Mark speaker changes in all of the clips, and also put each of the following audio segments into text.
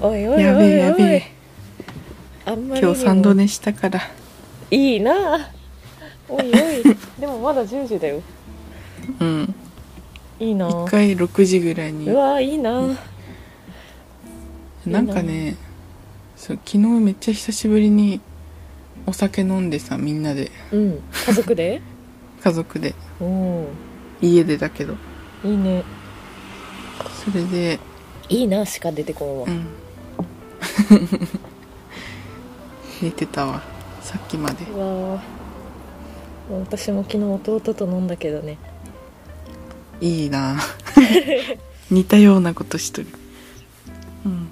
Speaker 1: おいおいおいおい
Speaker 2: やべえやべえ
Speaker 1: あんまりに
Speaker 2: 今
Speaker 1: も
Speaker 2: 日三度寝したから
Speaker 1: いいなあお いおいでもまだ10時だよ
Speaker 2: うん
Speaker 1: いいなあ
Speaker 2: 一回6時ぐらいに
Speaker 1: うわあいいなあ
Speaker 2: なんかねそう昨日めっちゃ久しぶりにお酒飲んでさみんなで
Speaker 1: うん家族で
Speaker 2: 家族で
Speaker 1: うん
Speaker 2: 家でだけど
Speaker 1: いいね
Speaker 2: それで
Speaker 1: いいなあしか出てこんわ
Speaker 2: うん 寝てたわさっきまで
Speaker 1: うわあ私も昨日弟と飲んだけどね
Speaker 2: いい な似たようなことしとるうん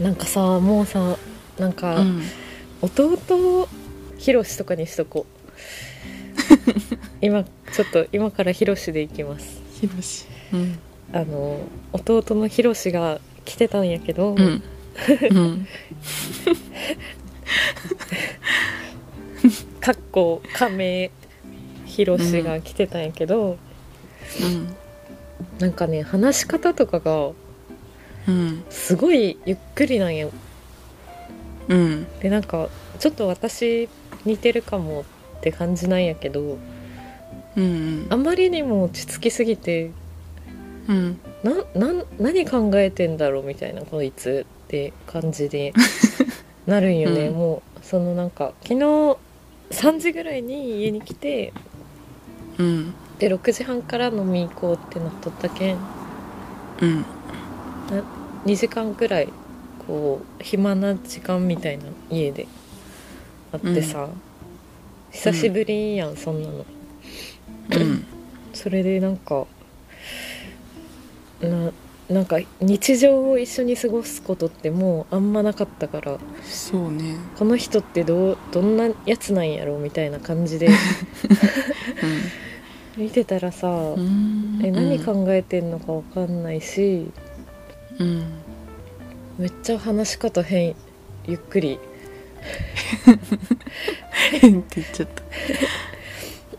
Speaker 1: なんかさもうさなんか、
Speaker 2: うん
Speaker 1: 弟ひろしとかにしとこう 今ちょっと今からひろしで行きます
Speaker 2: ひろしうん
Speaker 1: あの弟のひろしが来てたんやけど、
Speaker 2: うんうん
Speaker 1: かっこ仮名ひろしが来てたんやけど、
Speaker 2: うん
Speaker 1: なんかね話し方とかが
Speaker 2: うん
Speaker 1: すごいゆっくりなんや
Speaker 2: うん
Speaker 1: でなんかちょっと私似てるかもって感じなんやけど
Speaker 2: うん
Speaker 1: あまりにも落ち着きすぎて
Speaker 2: うん
Speaker 1: ななん何考えてんだろうみたいなこいつって感じ でなるんよね、
Speaker 2: うん
Speaker 1: もうそのなんか昨日3時ぐらいに家に来て
Speaker 2: うん
Speaker 1: で6時半から飲み行こうってなっとったけん
Speaker 2: うん
Speaker 1: 2時間くらいこう暇な時間みたいな家であってさ、久しぶりやんそんなの
Speaker 2: うん
Speaker 1: それでなんかななんか日常を一緒に過ごすことってもうあんまなかったから
Speaker 2: そうね
Speaker 1: この人ってどうどんなやつなんやろみたいな感 じで見てたらさ、
Speaker 2: うん
Speaker 1: え何
Speaker 2: うん
Speaker 1: 考えてんのかわかんないし
Speaker 2: うん
Speaker 1: めっちゃ話し方変ゆっくり
Speaker 2: 変って言っちゃっ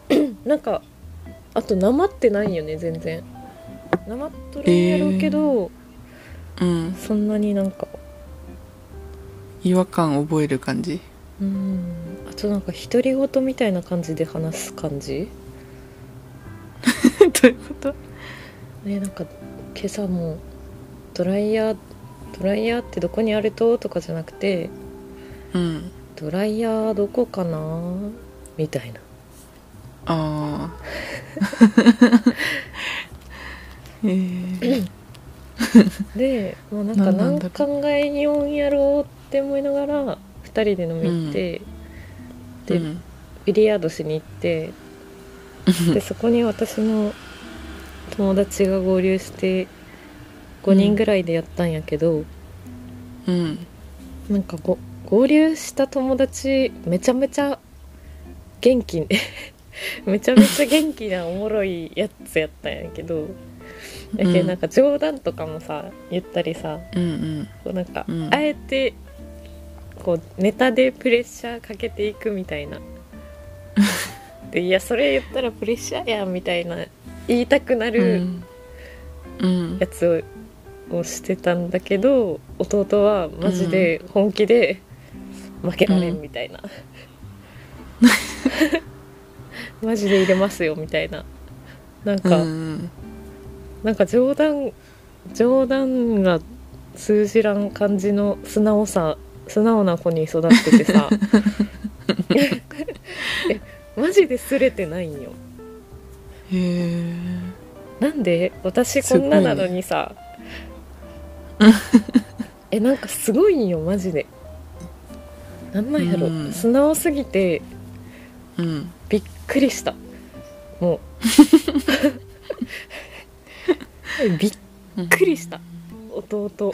Speaker 2: た
Speaker 1: なんかあとなまってないよね全然なまっとるんやろうけど、
Speaker 2: うん
Speaker 1: そんなになんか
Speaker 2: 違和感覚える感じ
Speaker 1: うんあとなんか独り言みたいな感じで話す感じ
Speaker 2: どういうこと
Speaker 1: ねなんか今朝もドライヤードライヤーってどこにあるととかじゃなくて
Speaker 2: うん
Speaker 1: ドライヤーどこかなみたいな
Speaker 2: ああえー
Speaker 1: でもうなんか
Speaker 2: なんなん
Speaker 1: 何
Speaker 2: だろう
Speaker 1: 考えにおんやろうって思いながら2人で飲み行って、で、
Speaker 2: うん
Speaker 1: ビリヤードしに行ってでそこに私の友達が合流して5人ぐらいでやったんやけど、
Speaker 2: うん
Speaker 1: なんかご合流した友達めちゃめちゃ元気 めちゃめちゃ元気なおもろいやつやったんやけどだけ
Speaker 2: うん
Speaker 1: どなんか冗談とかもさ言ったりさ
Speaker 2: うん
Speaker 1: こうなんか、
Speaker 2: うん
Speaker 1: あえてこうネタでプレッシャーかけていくみたい なでいやそれ言ったらプレッシャーやんみたいな言いたくな
Speaker 2: う
Speaker 1: る
Speaker 2: んうん
Speaker 1: やつを,、してたんだけど弟はマジで本気で負けられんみたいな、 マジで入れますよみたいななん
Speaker 2: うんう
Speaker 1: か、
Speaker 2: ん
Speaker 1: なんか冗談冗談が通じらん感じの素直さ素直な子に育ってて さえマジですれてないんよ
Speaker 2: へえ
Speaker 1: なんで私こんななのにさ、えなんかすごいんよマジでなんなんやろ、
Speaker 2: うん
Speaker 1: 素直すぎて
Speaker 2: うん
Speaker 1: びっくりした もうびっ
Speaker 2: びっ
Speaker 1: くりした弟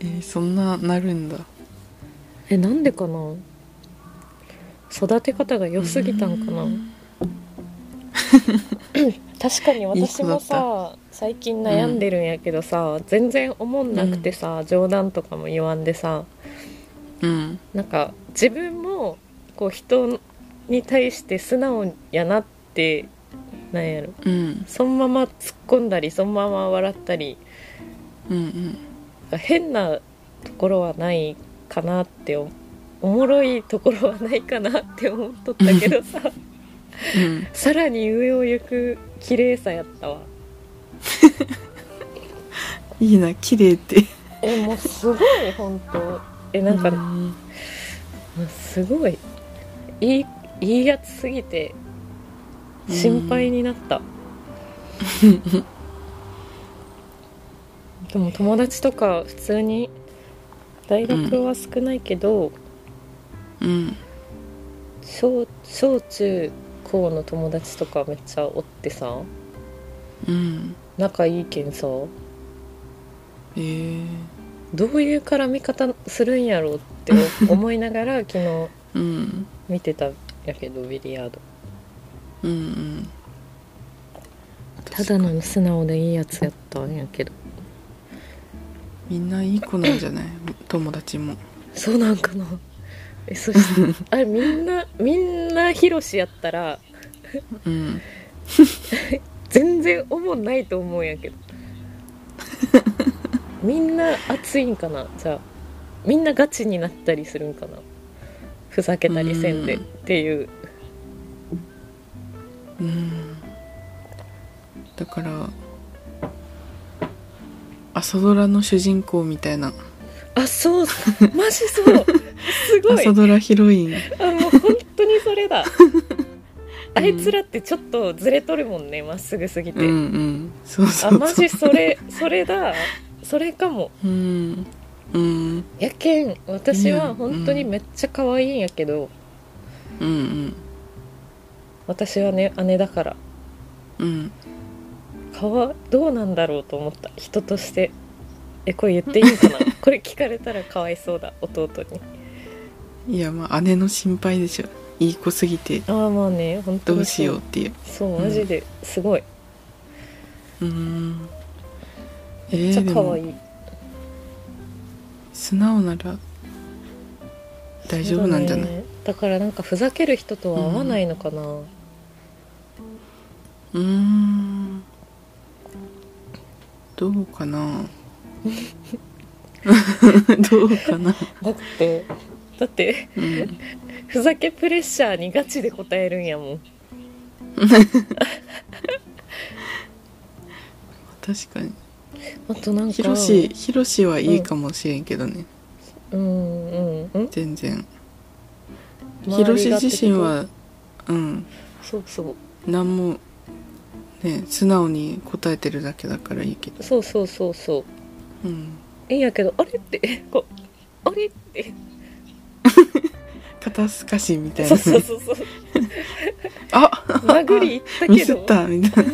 Speaker 2: えーそんななるんだ
Speaker 1: えなんでかな育て方が良すぎたんかな
Speaker 2: うん
Speaker 1: 確かに私も
Speaker 2: いい
Speaker 1: さ最近悩んでるんやけどさ、全然思んなくてさ、冗談とかも言わんでさ
Speaker 2: うん
Speaker 1: なんか自分もこう人に対して素直やなってなんやろ
Speaker 2: うん
Speaker 1: そのまま突っ込んだりそのまま笑ったり
Speaker 2: うんうん
Speaker 1: なんか変なところはないかなっておおもろいところはないかなって思っとったけどさ
Speaker 2: うん
Speaker 1: さらに上を行く綺麗さやったわ
Speaker 2: いいな綺麗って
Speaker 1: えもうすごい本当えなんか、
Speaker 2: う
Speaker 1: も
Speaker 2: ん
Speaker 1: うすごいいいいいやつすぎて心配になった、 でも友達とか普通に大学は少ないけど、
Speaker 2: うん
Speaker 1: 小小中高の友達とかめっちゃおってさ
Speaker 2: うん
Speaker 1: 仲いいけんさ
Speaker 2: えー
Speaker 1: どういう絡み方するんやろうってお思いながら昨日
Speaker 2: うん
Speaker 1: 見てたんや けどビリヤード
Speaker 2: うんうん
Speaker 1: ただの素直でいいやつやったんやけど
Speaker 2: みんないい子なんじゃない友達も
Speaker 1: そうなんかなえそして あれみんなみんなヒロシやったら
Speaker 2: うん
Speaker 1: 全然おもんないと思うんやけ どみんな熱いんかなじゃあみんなガチになったりするんかなふざけたりせんで
Speaker 2: う
Speaker 1: っ
Speaker 2: ん
Speaker 1: ていう
Speaker 2: うんだから朝ドラの主人公みたいな
Speaker 1: あそうマジ そうすごい
Speaker 2: 朝ドラヒロイン
Speaker 1: あもう本当にそれだあいつらってちょっとずれとるもんねまっすぐすぎて、
Speaker 2: うんうんそうそ
Speaker 1: あ
Speaker 2: うそう
Speaker 1: マジそれそれだそれかも
Speaker 2: うんうん
Speaker 1: やけん私
Speaker 2: う
Speaker 1: は
Speaker 2: ん
Speaker 1: 本当にめっちゃ可愛いんやけど、
Speaker 2: うんうん
Speaker 1: 私はね姉だから
Speaker 2: うん
Speaker 1: かわどうなんだろうと思った人としてえこれ言っていいんか なこれ聞かれたらかわいそうだ弟に
Speaker 2: いやまあ姉の心配でしょいい子すぎて
Speaker 1: ああまあね本当にそう
Speaker 2: どうしようっていう
Speaker 1: そう
Speaker 2: うん
Speaker 1: マジですごい、
Speaker 2: うんえ
Speaker 1: めっちゃ
Speaker 2: ー、で
Speaker 1: 可
Speaker 2: も
Speaker 1: 愛い、
Speaker 2: 素直なら大丈夫なんじゃない
Speaker 1: そうだ,、ね、だからなんかふざける人とは合わないのかな、
Speaker 2: うーんどう かなどうかな、
Speaker 1: だってだって
Speaker 2: うん、
Speaker 1: ふざけプレッシャーにガチで答えるんやもん
Speaker 2: 確かに
Speaker 1: あとなんか
Speaker 2: ヒロシヒロシはいいかもしれんけどね、
Speaker 1: うんうんうん
Speaker 2: 全然
Speaker 1: 周りが
Speaker 2: ヒロシ自身はうん
Speaker 1: そうそう
Speaker 2: 何もね素直に答えてるだけだからいいけど
Speaker 1: そうそうそうそう
Speaker 2: うん
Speaker 1: いいんやけどあれってこうあれって
Speaker 2: 肩透かしみたい
Speaker 1: そう
Speaker 2: な
Speaker 1: そうそうそう
Speaker 2: あ
Speaker 1: 殴り行
Speaker 2: ミ
Speaker 1: ったけ
Speaker 2: ス
Speaker 1: ど
Speaker 2: ったみたいな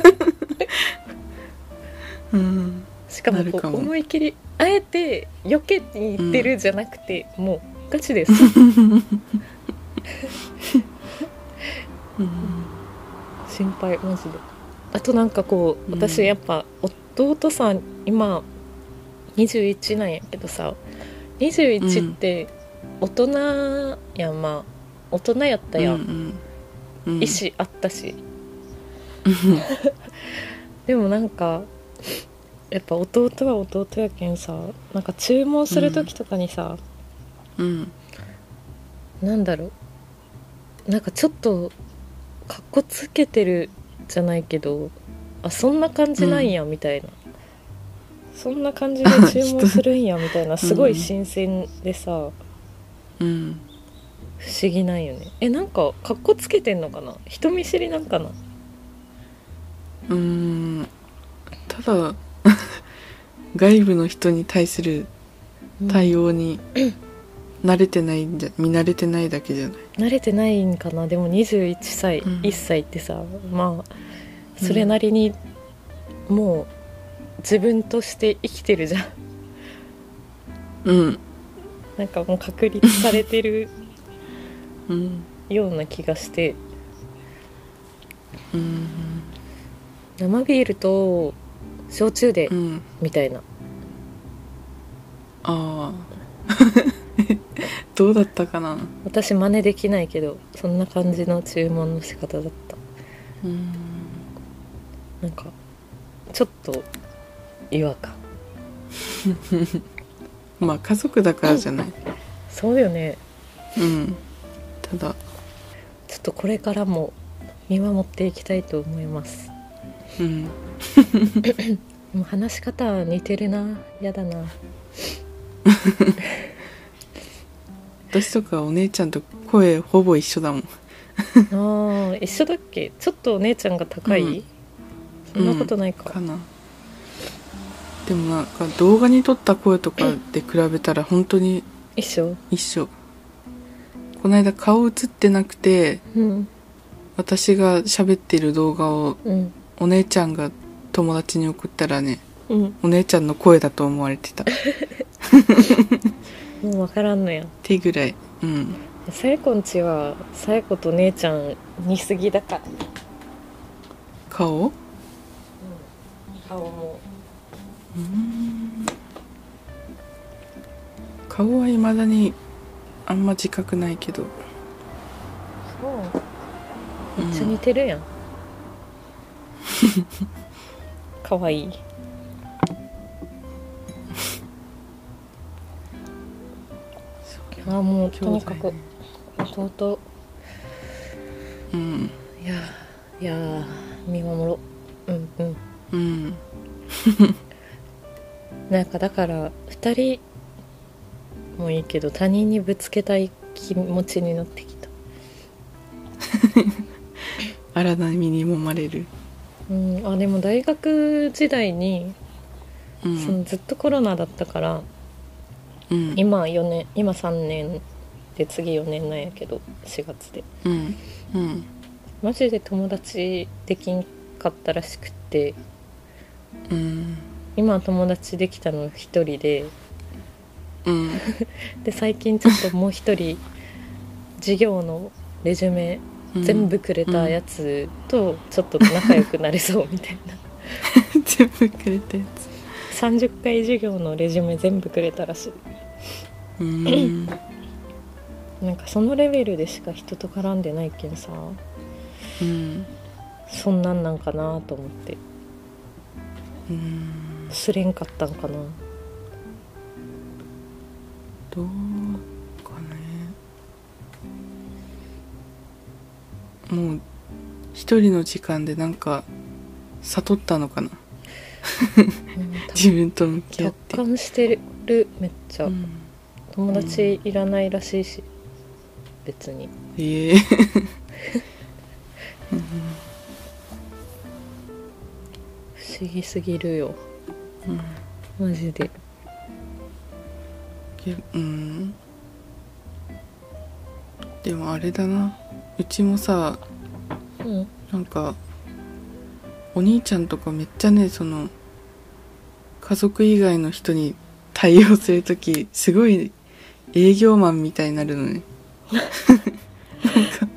Speaker 2: うん
Speaker 1: しかも
Speaker 2: なる
Speaker 1: こ
Speaker 2: か
Speaker 1: う
Speaker 2: も
Speaker 1: 思い切りあえて避けに行ってるじゃなくて、もうガチですし
Speaker 2: うん
Speaker 1: 心配マジであとなんかこう私
Speaker 2: うん
Speaker 1: やっぱ弟さん今21なんやけどさ21って大人やんまあ大人やったやん、
Speaker 2: うんうんうん
Speaker 1: 意思あったし でもなんかやっぱ弟は弟やけんさなんか注文する時とかにさ、
Speaker 2: うん
Speaker 1: なんだろうなんかちょっとかっこつけてるじゃないけどあそんな感じなんやみたいな、そんな感じで注文するんやみたいなすごい新鮮でさ不
Speaker 2: うん
Speaker 1: 思議なんよねえなんかかっこつけてんのかな人見知りなんかな
Speaker 2: うんただ外部の人に対する対応に慣れてないんじゃ見慣れてないだけじゃない
Speaker 1: 慣れてないんかなでも21歳、
Speaker 2: うん
Speaker 1: 1歳ってさまあそれなりにもう自分として生きてるじゃん
Speaker 2: うん
Speaker 1: なんかもう確立されてる
Speaker 2: うん
Speaker 1: ような気がして
Speaker 2: うん
Speaker 1: 生ビールと焼酎で
Speaker 2: うん
Speaker 1: みたいな
Speaker 2: ああどうだったかな
Speaker 1: 私真似できないけどそんな感じの注文の仕方だった
Speaker 2: うん
Speaker 1: なんかちょっと違和感
Speaker 2: まあ家族だからじゃない
Speaker 1: そうよね
Speaker 2: うんただ
Speaker 1: ちょっとこれからも見守っていきたいと思います
Speaker 2: うん
Speaker 1: もう話し方似てるなやだ な
Speaker 2: 私とかお姉ちゃんと声ほぼ一緒だもん
Speaker 1: あー一緒だっけちょっとお姉ちゃんが高い、
Speaker 2: うん
Speaker 1: そんなことないか、
Speaker 2: かなでもなんか動画に撮った声とかで比べたら本当に
Speaker 1: 一緒
Speaker 2: 一緒この間顔映ってなくて
Speaker 1: うん
Speaker 2: 私が喋ってる動画を
Speaker 1: うん
Speaker 2: お姉ちゃんが友達に送ったらね
Speaker 1: うん
Speaker 2: お姉ちゃんの声だと思われてたっ
Speaker 1: もう分からんのや
Speaker 2: てぐらいうん
Speaker 1: さやこんちはさやこと姉ちゃん似すぎだから
Speaker 2: 顔
Speaker 1: 顔も
Speaker 2: 顔はいまだにあんま自覚ないけど、
Speaker 1: そう
Speaker 2: うん
Speaker 1: めっちゃ似てるやんかわいいあーもうとにかく弟
Speaker 2: うん
Speaker 1: いやーいやー見守ろううんうん
Speaker 2: うん
Speaker 1: なんかだから2人もいいけど他人にぶつけたい気持ちになってきた
Speaker 2: 荒波に揉まれる、
Speaker 1: うんあでも大学時代に、
Speaker 2: う
Speaker 1: その
Speaker 2: ん
Speaker 1: ずっとコロナだったから
Speaker 2: うん
Speaker 1: 今4年今3年で次4年なんやけど4月で
Speaker 2: うんうん
Speaker 1: マジで友達できんかったらしくって
Speaker 2: うん
Speaker 1: 今は友達できたの1人で
Speaker 2: うん
Speaker 1: で最近ちょっともう1人 授業のレジュメ
Speaker 2: うん
Speaker 1: 全部くれたやつとちょっと仲良くなれそうみたい な
Speaker 2: 全部くれたやつ
Speaker 1: 30回授業のレジュメ全部くれたらしい
Speaker 2: うん
Speaker 1: なんかそのレベルでしか人と絡んでないけんさ
Speaker 2: うん
Speaker 1: そんなんなんかなと思って
Speaker 2: うん
Speaker 1: すれんかったんかな
Speaker 2: どうかねもう一人の時間でなんか悟った のかな
Speaker 1: うん
Speaker 2: 自分と向き合っ
Speaker 1: 達
Speaker 2: て、
Speaker 1: 観してるめっちゃ、
Speaker 2: うん、
Speaker 1: 友達いらないらしいし別に
Speaker 2: ええ
Speaker 1: 不思議すぎるよ
Speaker 2: うん
Speaker 1: マジで
Speaker 2: けうんでもあれだなうちもさ
Speaker 1: うん
Speaker 2: なんかお兄ちゃんとかめっちゃねその家族以外の人に対応する時すごい営業マンみたいになるのねなんか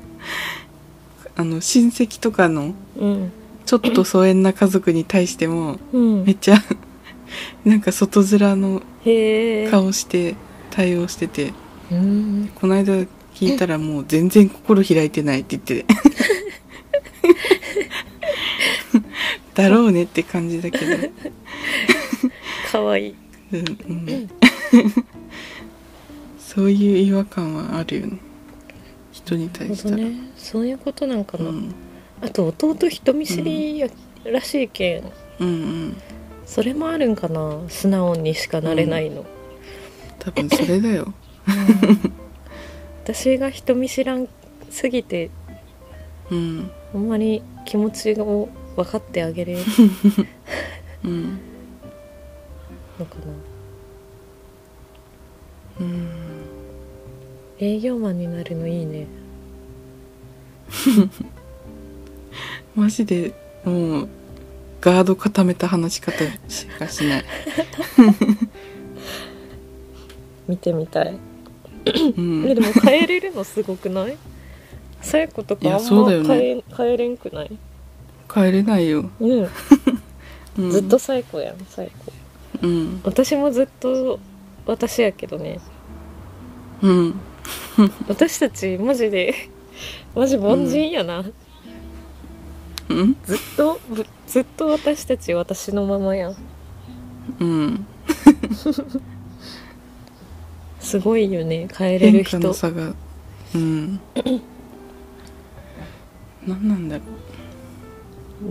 Speaker 2: あの親戚とかの
Speaker 1: うん
Speaker 2: ちょっと疎遠な家族に対しても
Speaker 1: うん
Speaker 2: めっちゃなんか外面の
Speaker 1: へえ
Speaker 2: 顔して対応してて
Speaker 1: うん
Speaker 2: この間聞いたらもう全然心開いてないって言ってて だろうねって感じだけど、
Speaker 1: かわいい
Speaker 2: うんうん、そういう違和感はあるよね人に
Speaker 1: な
Speaker 2: 対
Speaker 1: る
Speaker 2: し
Speaker 1: ほ
Speaker 2: た
Speaker 1: ど
Speaker 2: ら、
Speaker 1: ねそういうことなんか
Speaker 2: う
Speaker 1: な、
Speaker 2: ん、
Speaker 1: あと弟人見知りや、らしいけん
Speaker 2: うんうん
Speaker 1: それもあるんかな素直にしかなれないの、
Speaker 2: 多分それだよ
Speaker 1: 私が人見知らんすぎて
Speaker 2: うん
Speaker 1: あんまり気持ちを分かってあげれる
Speaker 2: うん
Speaker 1: のかな
Speaker 2: うん
Speaker 1: 営業マンになるのいいね
Speaker 2: マジでもうガード固めた話し方しかしない
Speaker 1: 見てみたい、
Speaker 2: うん
Speaker 1: えでも変えれるのすごくない さやこと
Speaker 2: い
Speaker 1: かあ
Speaker 2: や
Speaker 1: ん
Speaker 2: そう
Speaker 1: ま
Speaker 2: だよ
Speaker 1: 変
Speaker 2: ね
Speaker 1: え,、変えれんくない
Speaker 2: 帰れないよ、
Speaker 1: うん、
Speaker 2: うん、
Speaker 1: ずっとさやこやんさやこ
Speaker 2: うん
Speaker 1: 私もずっと私やけどね
Speaker 2: うん
Speaker 1: 私たちマジで マジ凡人やな、
Speaker 2: うん
Speaker 1: ずっとぶずっと私たち私のままやん
Speaker 2: うん
Speaker 1: すごいよね変えれる
Speaker 2: 変化
Speaker 1: 人
Speaker 2: の差がうん 何なんだろ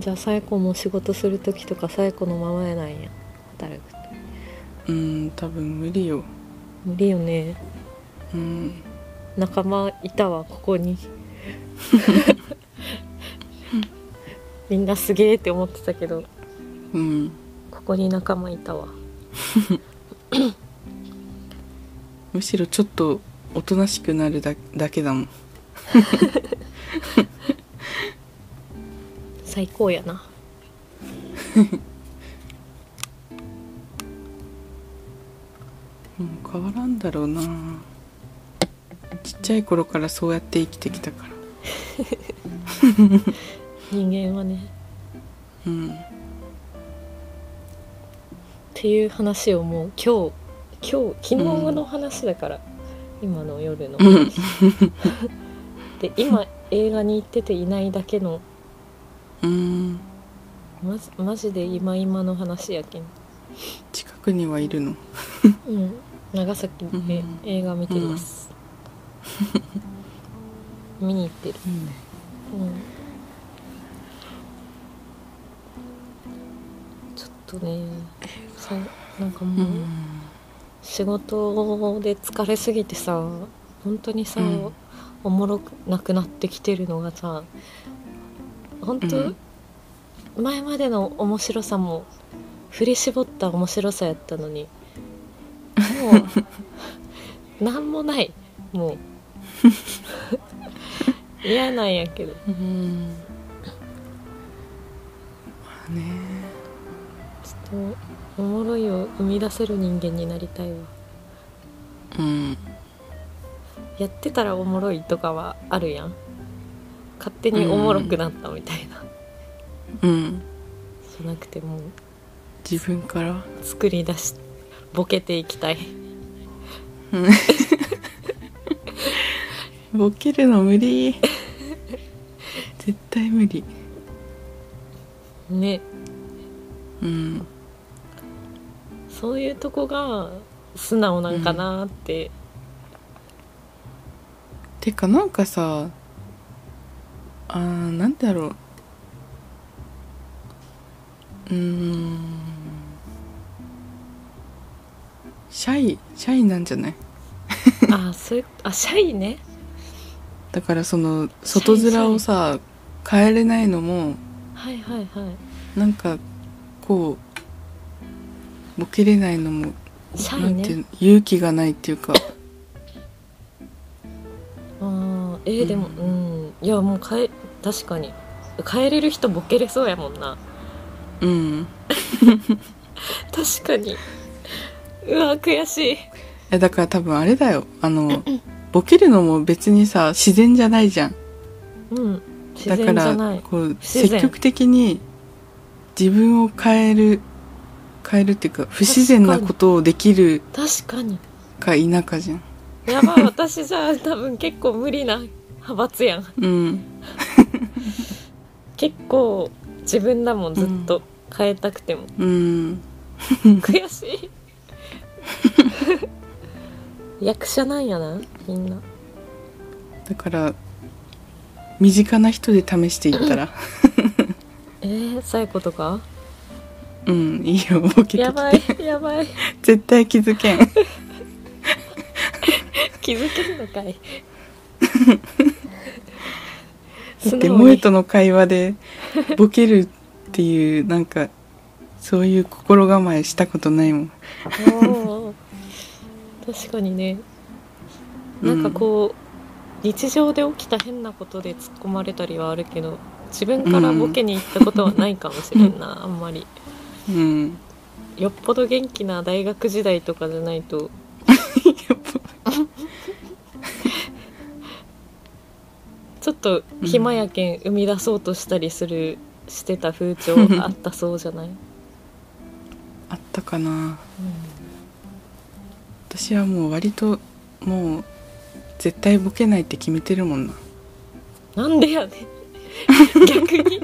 Speaker 1: じゃあ冴子も仕事する時とか冴子のままやなんや働くと
Speaker 2: ううん多分無理よ
Speaker 1: 無理よね
Speaker 2: うん
Speaker 1: 仲間いたわここにみんなすげえって思ってたけど
Speaker 2: うん
Speaker 1: ここに仲間いたわ
Speaker 2: むしろちょっとおとなしくなるだだけだもん
Speaker 1: 最高やな
Speaker 2: もう変わらんだろうなちっちゃい頃からそうやって生きてきたから
Speaker 1: 人間はね
Speaker 2: うん
Speaker 1: っていう話をもう今日今日昨日の話だから、今の夜の
Speaker 2: うん
Speaker 1: で今映画に行ってていないだけの
Speaker 2: うん
Speaker 1: マジマジで今今の話やけん、
Speaker 2: 近くにはいるの
Speaker 1: うん、長崎で
Speaker 2: うん
Speaker 1: 映画見てます、見に行ってる、うん、ちょっとねさなんか
Speaker 2: う
Speaker 1: もう、
Speaker 2: ん
Speaker 1: 仕事で疲れすぎてさ本当にさ、
Speaker 2: うん
Speaker 1: おもろくなくなってきてるのがさ本当、
Speaker 2: うん
Speaker 1: 前までの面白さも振り絞った面白さやったの にもうなんもない もう嫌なんやけど
Speaker 2: うんまあね
Speaker 1: ちょっとおもろいを生み出せる人間になりたいわ
Speaker 2: うん
Speaker 1: やってたらおもろいとかはあるやん勝手におもろくなったみたいな、
Speaker 2: うん
Speaker 1: じゃなくてもう
Speaker 2: 自分から
Speaker 1: 作り出しボケていきたい
Speaker 2: ボケるの無理 絶対無理
Speaker 1: ね
Speaker 2: うん
Speaker 1: そういうとこが素直なんかなって、
Speaker 2: てかなんかさあーなんだろううーんシャイシャイなんじゃない
Speaker 1: あそういうあシャイね
Speaker 2: だからその外面をさ変えれないのも
Speaker 1: はいはいはい
Speaker 2: なんかこうボケれないのも
Speaker 1: シャ
Speaker 2: な
Speaker 1: イ
Speaker 2: んていう
Speaker 1: ね
Speaker 2: の勇気がないっていうか
Speaker 1: あーえーでもうん、いやもう変え確かに変えれる人ボケれそうやもんな
Speaker 2: うん
Speaker 1: 確かにうわ悔しい
Speaker 2: えだから多分あれだよあのボケるのも別にさ自然じゃないじゃん
Speaker 1: うん自
Speaker 2: だ
Speaker 1: 然じ
Speaker 2: か
Speaker 1: ゃな
Speaker 2: ら
Speaker 1: い
Speaker 2: こう
Speaker 1: 自然
Speaker 2: 積極的に自分を変える変えるっていうか不自然なことをできる
Speaker 1: 確かに
Speaker 2: か否かじゃん
Speaker 1: やばい私じゃあ多分結構無理な派閥やん
Speaker 2: うん
Speaker 1: 結構自分だもんずっと変えたくても、
Speaker 2: うん
Speaker 1: 悔しい 役者なんやなみんな
Speaker 2: だから身近な人で試して いったら
Speaker 1: えー、サイコとか
Speaker 2: うんいいよボケてき
Speaker 1: やば
Speaker 2: て
Speaker 1: いやばい
Speaker 2: 絶対気づ けん
Speaker 1: 気づけんのか い素
Speaker 2: で
Speaker 1: 直
Speaker 2: 萌え
Speaker 1: に
Speaker 2: との会話でボケるっていうなんかそういう心構えしたことないもん
Speaker 1: おー確かにねなんかこう、日常で起きた変なことで突っ込まれたりはあるけど自分からボケに行ったことはないかもしれんな、あんまり
Speaker 2: うん
Speaker 1: よっぽど元気な大学時代とかじゃない とちょっと暇やけん生み出そうとしたりするしてた風潮あったそうじゃない、
Speaker 2: あったかな私はもう割ともう絶対ボケないって決めてるもんな
Speaker 1: なんでやねん 逆に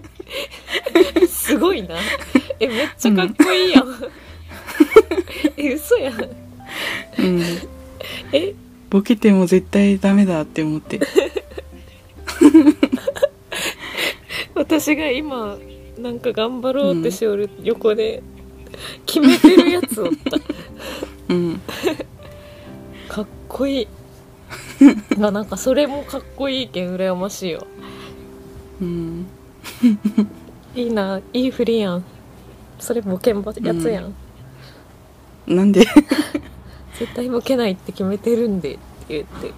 Speaker 1: すごいなえめっちゃかっこいいやん、 え嘘やん
Speaker 2: うん
Speaker 1: え
Speaker 2: ボケても絶対ダメだって思って
Speaker 1: 私が今なんか頑張ろうってしおる横で決めてるやつおっ
Speaker 2: うん
Speaker 1: たかっこいいあなんかそれもかっこいいけん羨ましいよ
Speaker 2: うん
Speaker 1: いいないい振りやんそれボケんばやつやん、
Speaker 2: なんでって
Speaker 1: 絶対ボケないって決めてるんでって言って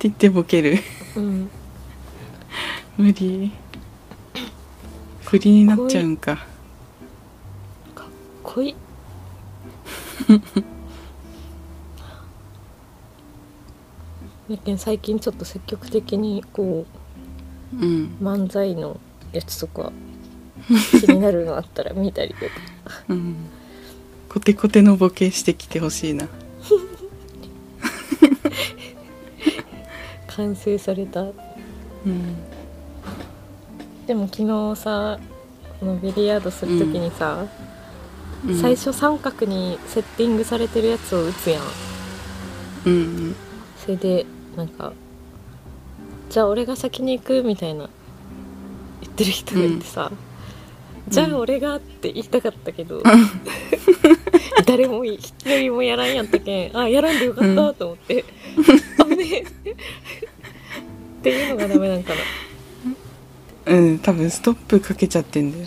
Speaker 2: 言ってボケる
Speaker 1: うん
Speaker 2: 無理振りになっちゃうんか
Speaker 1: 濃 いやけん最近ちょっと積極的にこ
Speaker 2: うん
Speaker 1: う漫才のやつとか気になるのあったら見たりとか
Speaker 2: うんコテコテのボケしてきてほしいな
Speaker 1: 完成された
Speaker 2: うん
Speaker 1: でも昨日さこのビリヤードする時にさ、
Speaker 2: うん
Speaker 1: 最初三角にセッティングされてるやつを打つやん
Speaker 2: うん
Speaker 1: それでなんか「じゃあ俺が先に行く」みたいな言ってる人がいてさ「じゃあ俺が」って言いたかったけど、 誰も一人もやらんやったけんあやらんでよかったと思って、危ねえっていうのがダメなんか
Speaker 2: うん、うん、多分ストップかけちゃって んだよ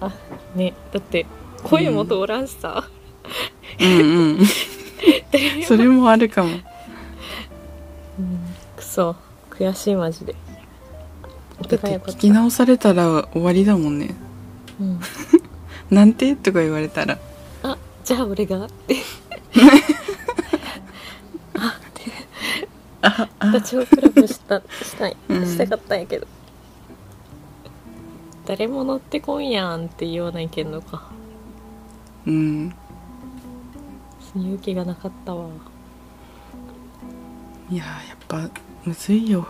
Speaker 1: なあねだって声も通らんしさ、
Speaker 2: うん うんそれもあるかも
Speaker 1: くそ悔しいマジで
Speaker 2: だ
Speaker 1: だ
Speaker 2: って聞き直されたら終わりだもんね
Speaker 1: うん、
Speaker 2: 「なんて?」とか言われたら
Speaker 1: あじゃあ俺がって
Speaker 2: 「あ
Speaker 1: ダ
Speaker 2: あ
Speaker 1: チョウ倶楽部したしたい
Speaker 2: うん
Speaker 1: したかったんやけど、誰も乗ってこんやんって言わないけんのか
Speaker 2: うん
Speaker 1: 勇気がなかったわ
Speaker 2: いやーやっぱむずいよ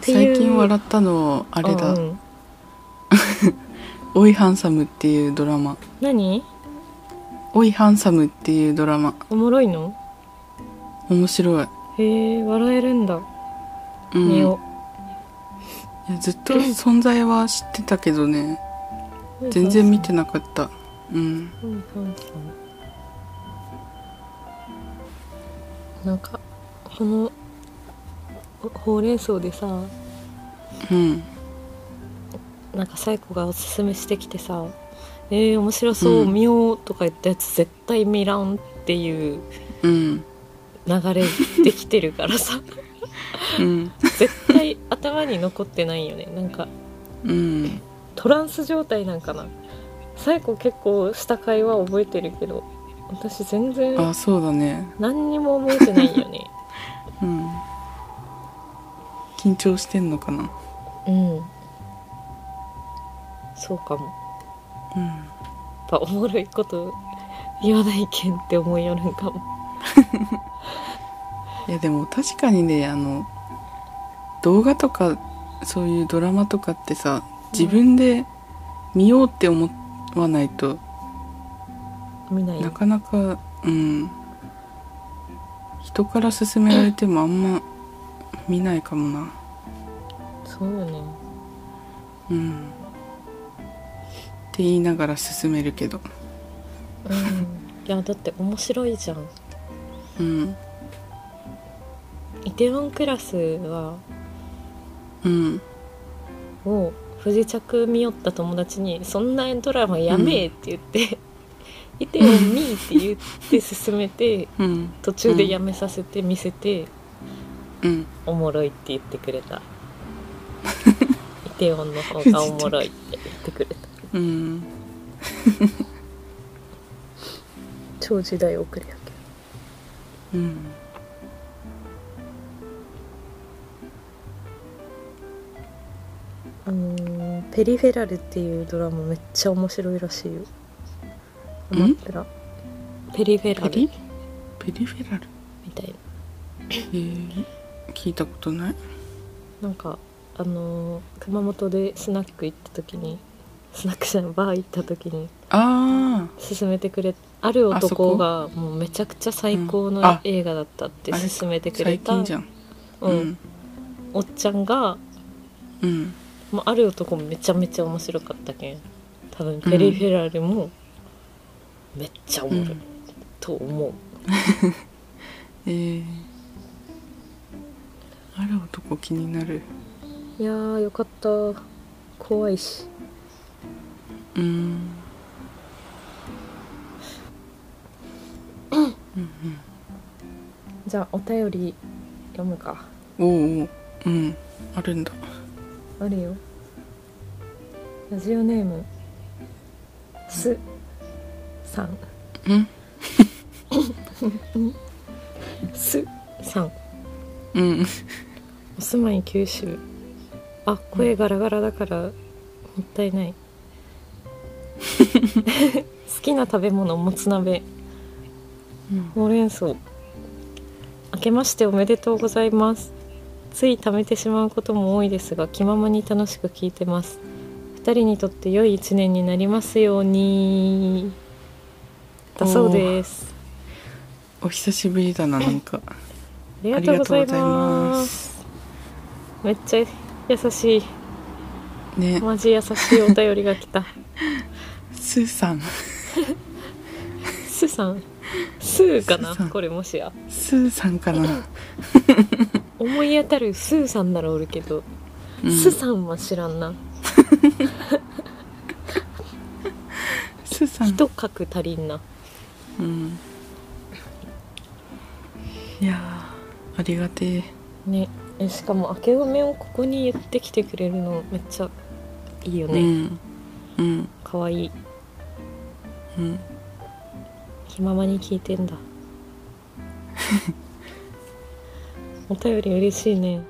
Speaker 1: っていう
Speaker 2: 最近笑ったのあれだ
Speaker 1: う、ん
Speaker 2: 「おいハンサム」っていうドラマ
Speaker 1: 何
Speaker 2: 「おいハンサム」っていうドラマ
Speaker 1: おもろいの
Speaker 2: 面白い、
Speaker 1: へえ笑えるんだ
Speaker 2: うん、
Speaker 1: 寝
Speaker 2: い
Speaker 1: よ
Speaker 2: やずっと存在は知ってたけどね
Speaker 1: う、
Speaker 2: 全然見てなかったうん
Speaker 1: うんうんうんなんかこのほほうれん草でさ
Speaker 2: うん
Speaker 1: なんかサイコがおすすめしてきてさ「えー、面白そう、
Speaker 2: うん
Speaker 1: 見よう」とか言ったやつ絶対見らんっていう
Speaker 2: うん
Speaker 1: 流れできてるから さ
Speaker 2: うん
Speaker 1: 絶対頭に残ってないよねなんか
Speaker 2: うん
Speaker 1: トランス状態なんかなサイコ結構した会話覚えてるけど私全然
Speaker 2: あそうだね
Speaker 1: 何にも覚えてないよ ね
Speaker 2: うん緊張してんのかな
Speaker 1: うんそうかも
Speaker 2: うん
Speaker 1: やっぱおもろいこと言わないけんって思いよるんかも
Speaker 2: いやでも確かにねあの動画とかそういうドラマとかってさ自分で見ようって思わないと、
Speaker 1: 見ない
Speaker 2: なかなかうん人から勧められてもあんま見ないかもな
Speaker 1: そうよね
Speaker 2: うんって言いながら勧めるけど
Speaker 1: うんいやだって面白いじゃん
Speaker 2: うん
Speaker 1: イテウォンクラスは
Speaker 2: うん
Speaker 1: を不時着見よった友達に「そんなドラマやめえ」って言って「イテウォン見い」って言って進めて
Speaker 2: うん
Speaker 1: 途中でやめさせて見せて、
Speaker 2: うん
Speaker 1: おもろいって言ってくれたイテウォンの方がおもろいって言ってくれた
Speaker 2: うん
Speaker 1: 超時代遅れやけど
Speaker 2: うん
Speaker 1: あのーペリフェラル」っていうドラマめっちゃ面白いらしいよ
Speaker 2: ん
Speaker 1: 待ってらペリフェラ
Speaker 2: ペ
Speaker 1: ル
Speaker 2: リペリフェラル
Speaker 1: みたいな
Speaker 2: えー、聞いたことない
Speaker 1: なんかあのー熊本でスナック行った時にスナック社のバー行った時に
Speaker 2: あ
Speaker 1: 勧めてくれある
Speaker 2: あそこ
Speaker 1: 男がもうめちゃくちゃ最高
Speaker 2: うんあ
Speaker 1: の映画だったって
Speaker 2: あれ
Speaker 1: 勧めて
Speaker 2: あ
Speaker 1: くれ
Speaker 2: 最
Speaker 1: た、
Speaker 2: 近じゃん
Speaker 1: う
Speaker 2: うんん
Speaker 1: おっちゃんが
Speaker 2: うん
Speaker 1: もうある男もめちゃめちゃ面白かったけん多分ペリフェラルもめっちゃおもろい、
Speaker 2: うん
Speaker 1: と思う
Speaker 2: えー、ある男気になる
Speaker 1: いやーよかった怖いし
Speaker 2: うんうんうん
Speaker 1: じゃあお便り読むか
Speaker 2: おうおううんあるんだ
Speaker 1: あるよラジオネームすさん
Speaker 2: うん
Speaker 1: すさん
Speaker 2: うん
Speaker 1: お住まい九州あ声ガラガラだからもったいない好きな食べ物もつ鍋
Speaker 2: うん
Speaker 1: ほうれん草明けましておめでとうございますつい貯めてしまうことも多いですが気ままに楽しく聞いてます二人にとって良い一年になりますようにだそうです
Speaker 2: お久しぶりだななん か
Speaker 1: ありがとうございますめっちゃ優しい
Speaker 2: ね
Speaker 1: マジ優しいお便りが来 た
Speaker 2: スーさん
Speaker 1: スーさんスーかな
Speaker 2: スーさん
Speaker 1: これもしや
Speaker 2: スーさんかな、
Speaker 1: 思い当たるスーさんならおるけど
Speaker 2: うん、
Speaker 1: スさんは知らんな
Speaker 2: スーさん
Speaker 1: 一角足りんな
Speaker 2: うんいやーありがてえ
Speaker 1: ねえしかも明けおめをここに言ってきてくれるのめっちゃいいよね、
Speaker 2: うんうん
Speaker 1: かわいい
Speaker 2: うん
Speaker 1: 気ままに聞いてんだお便り嬉しいね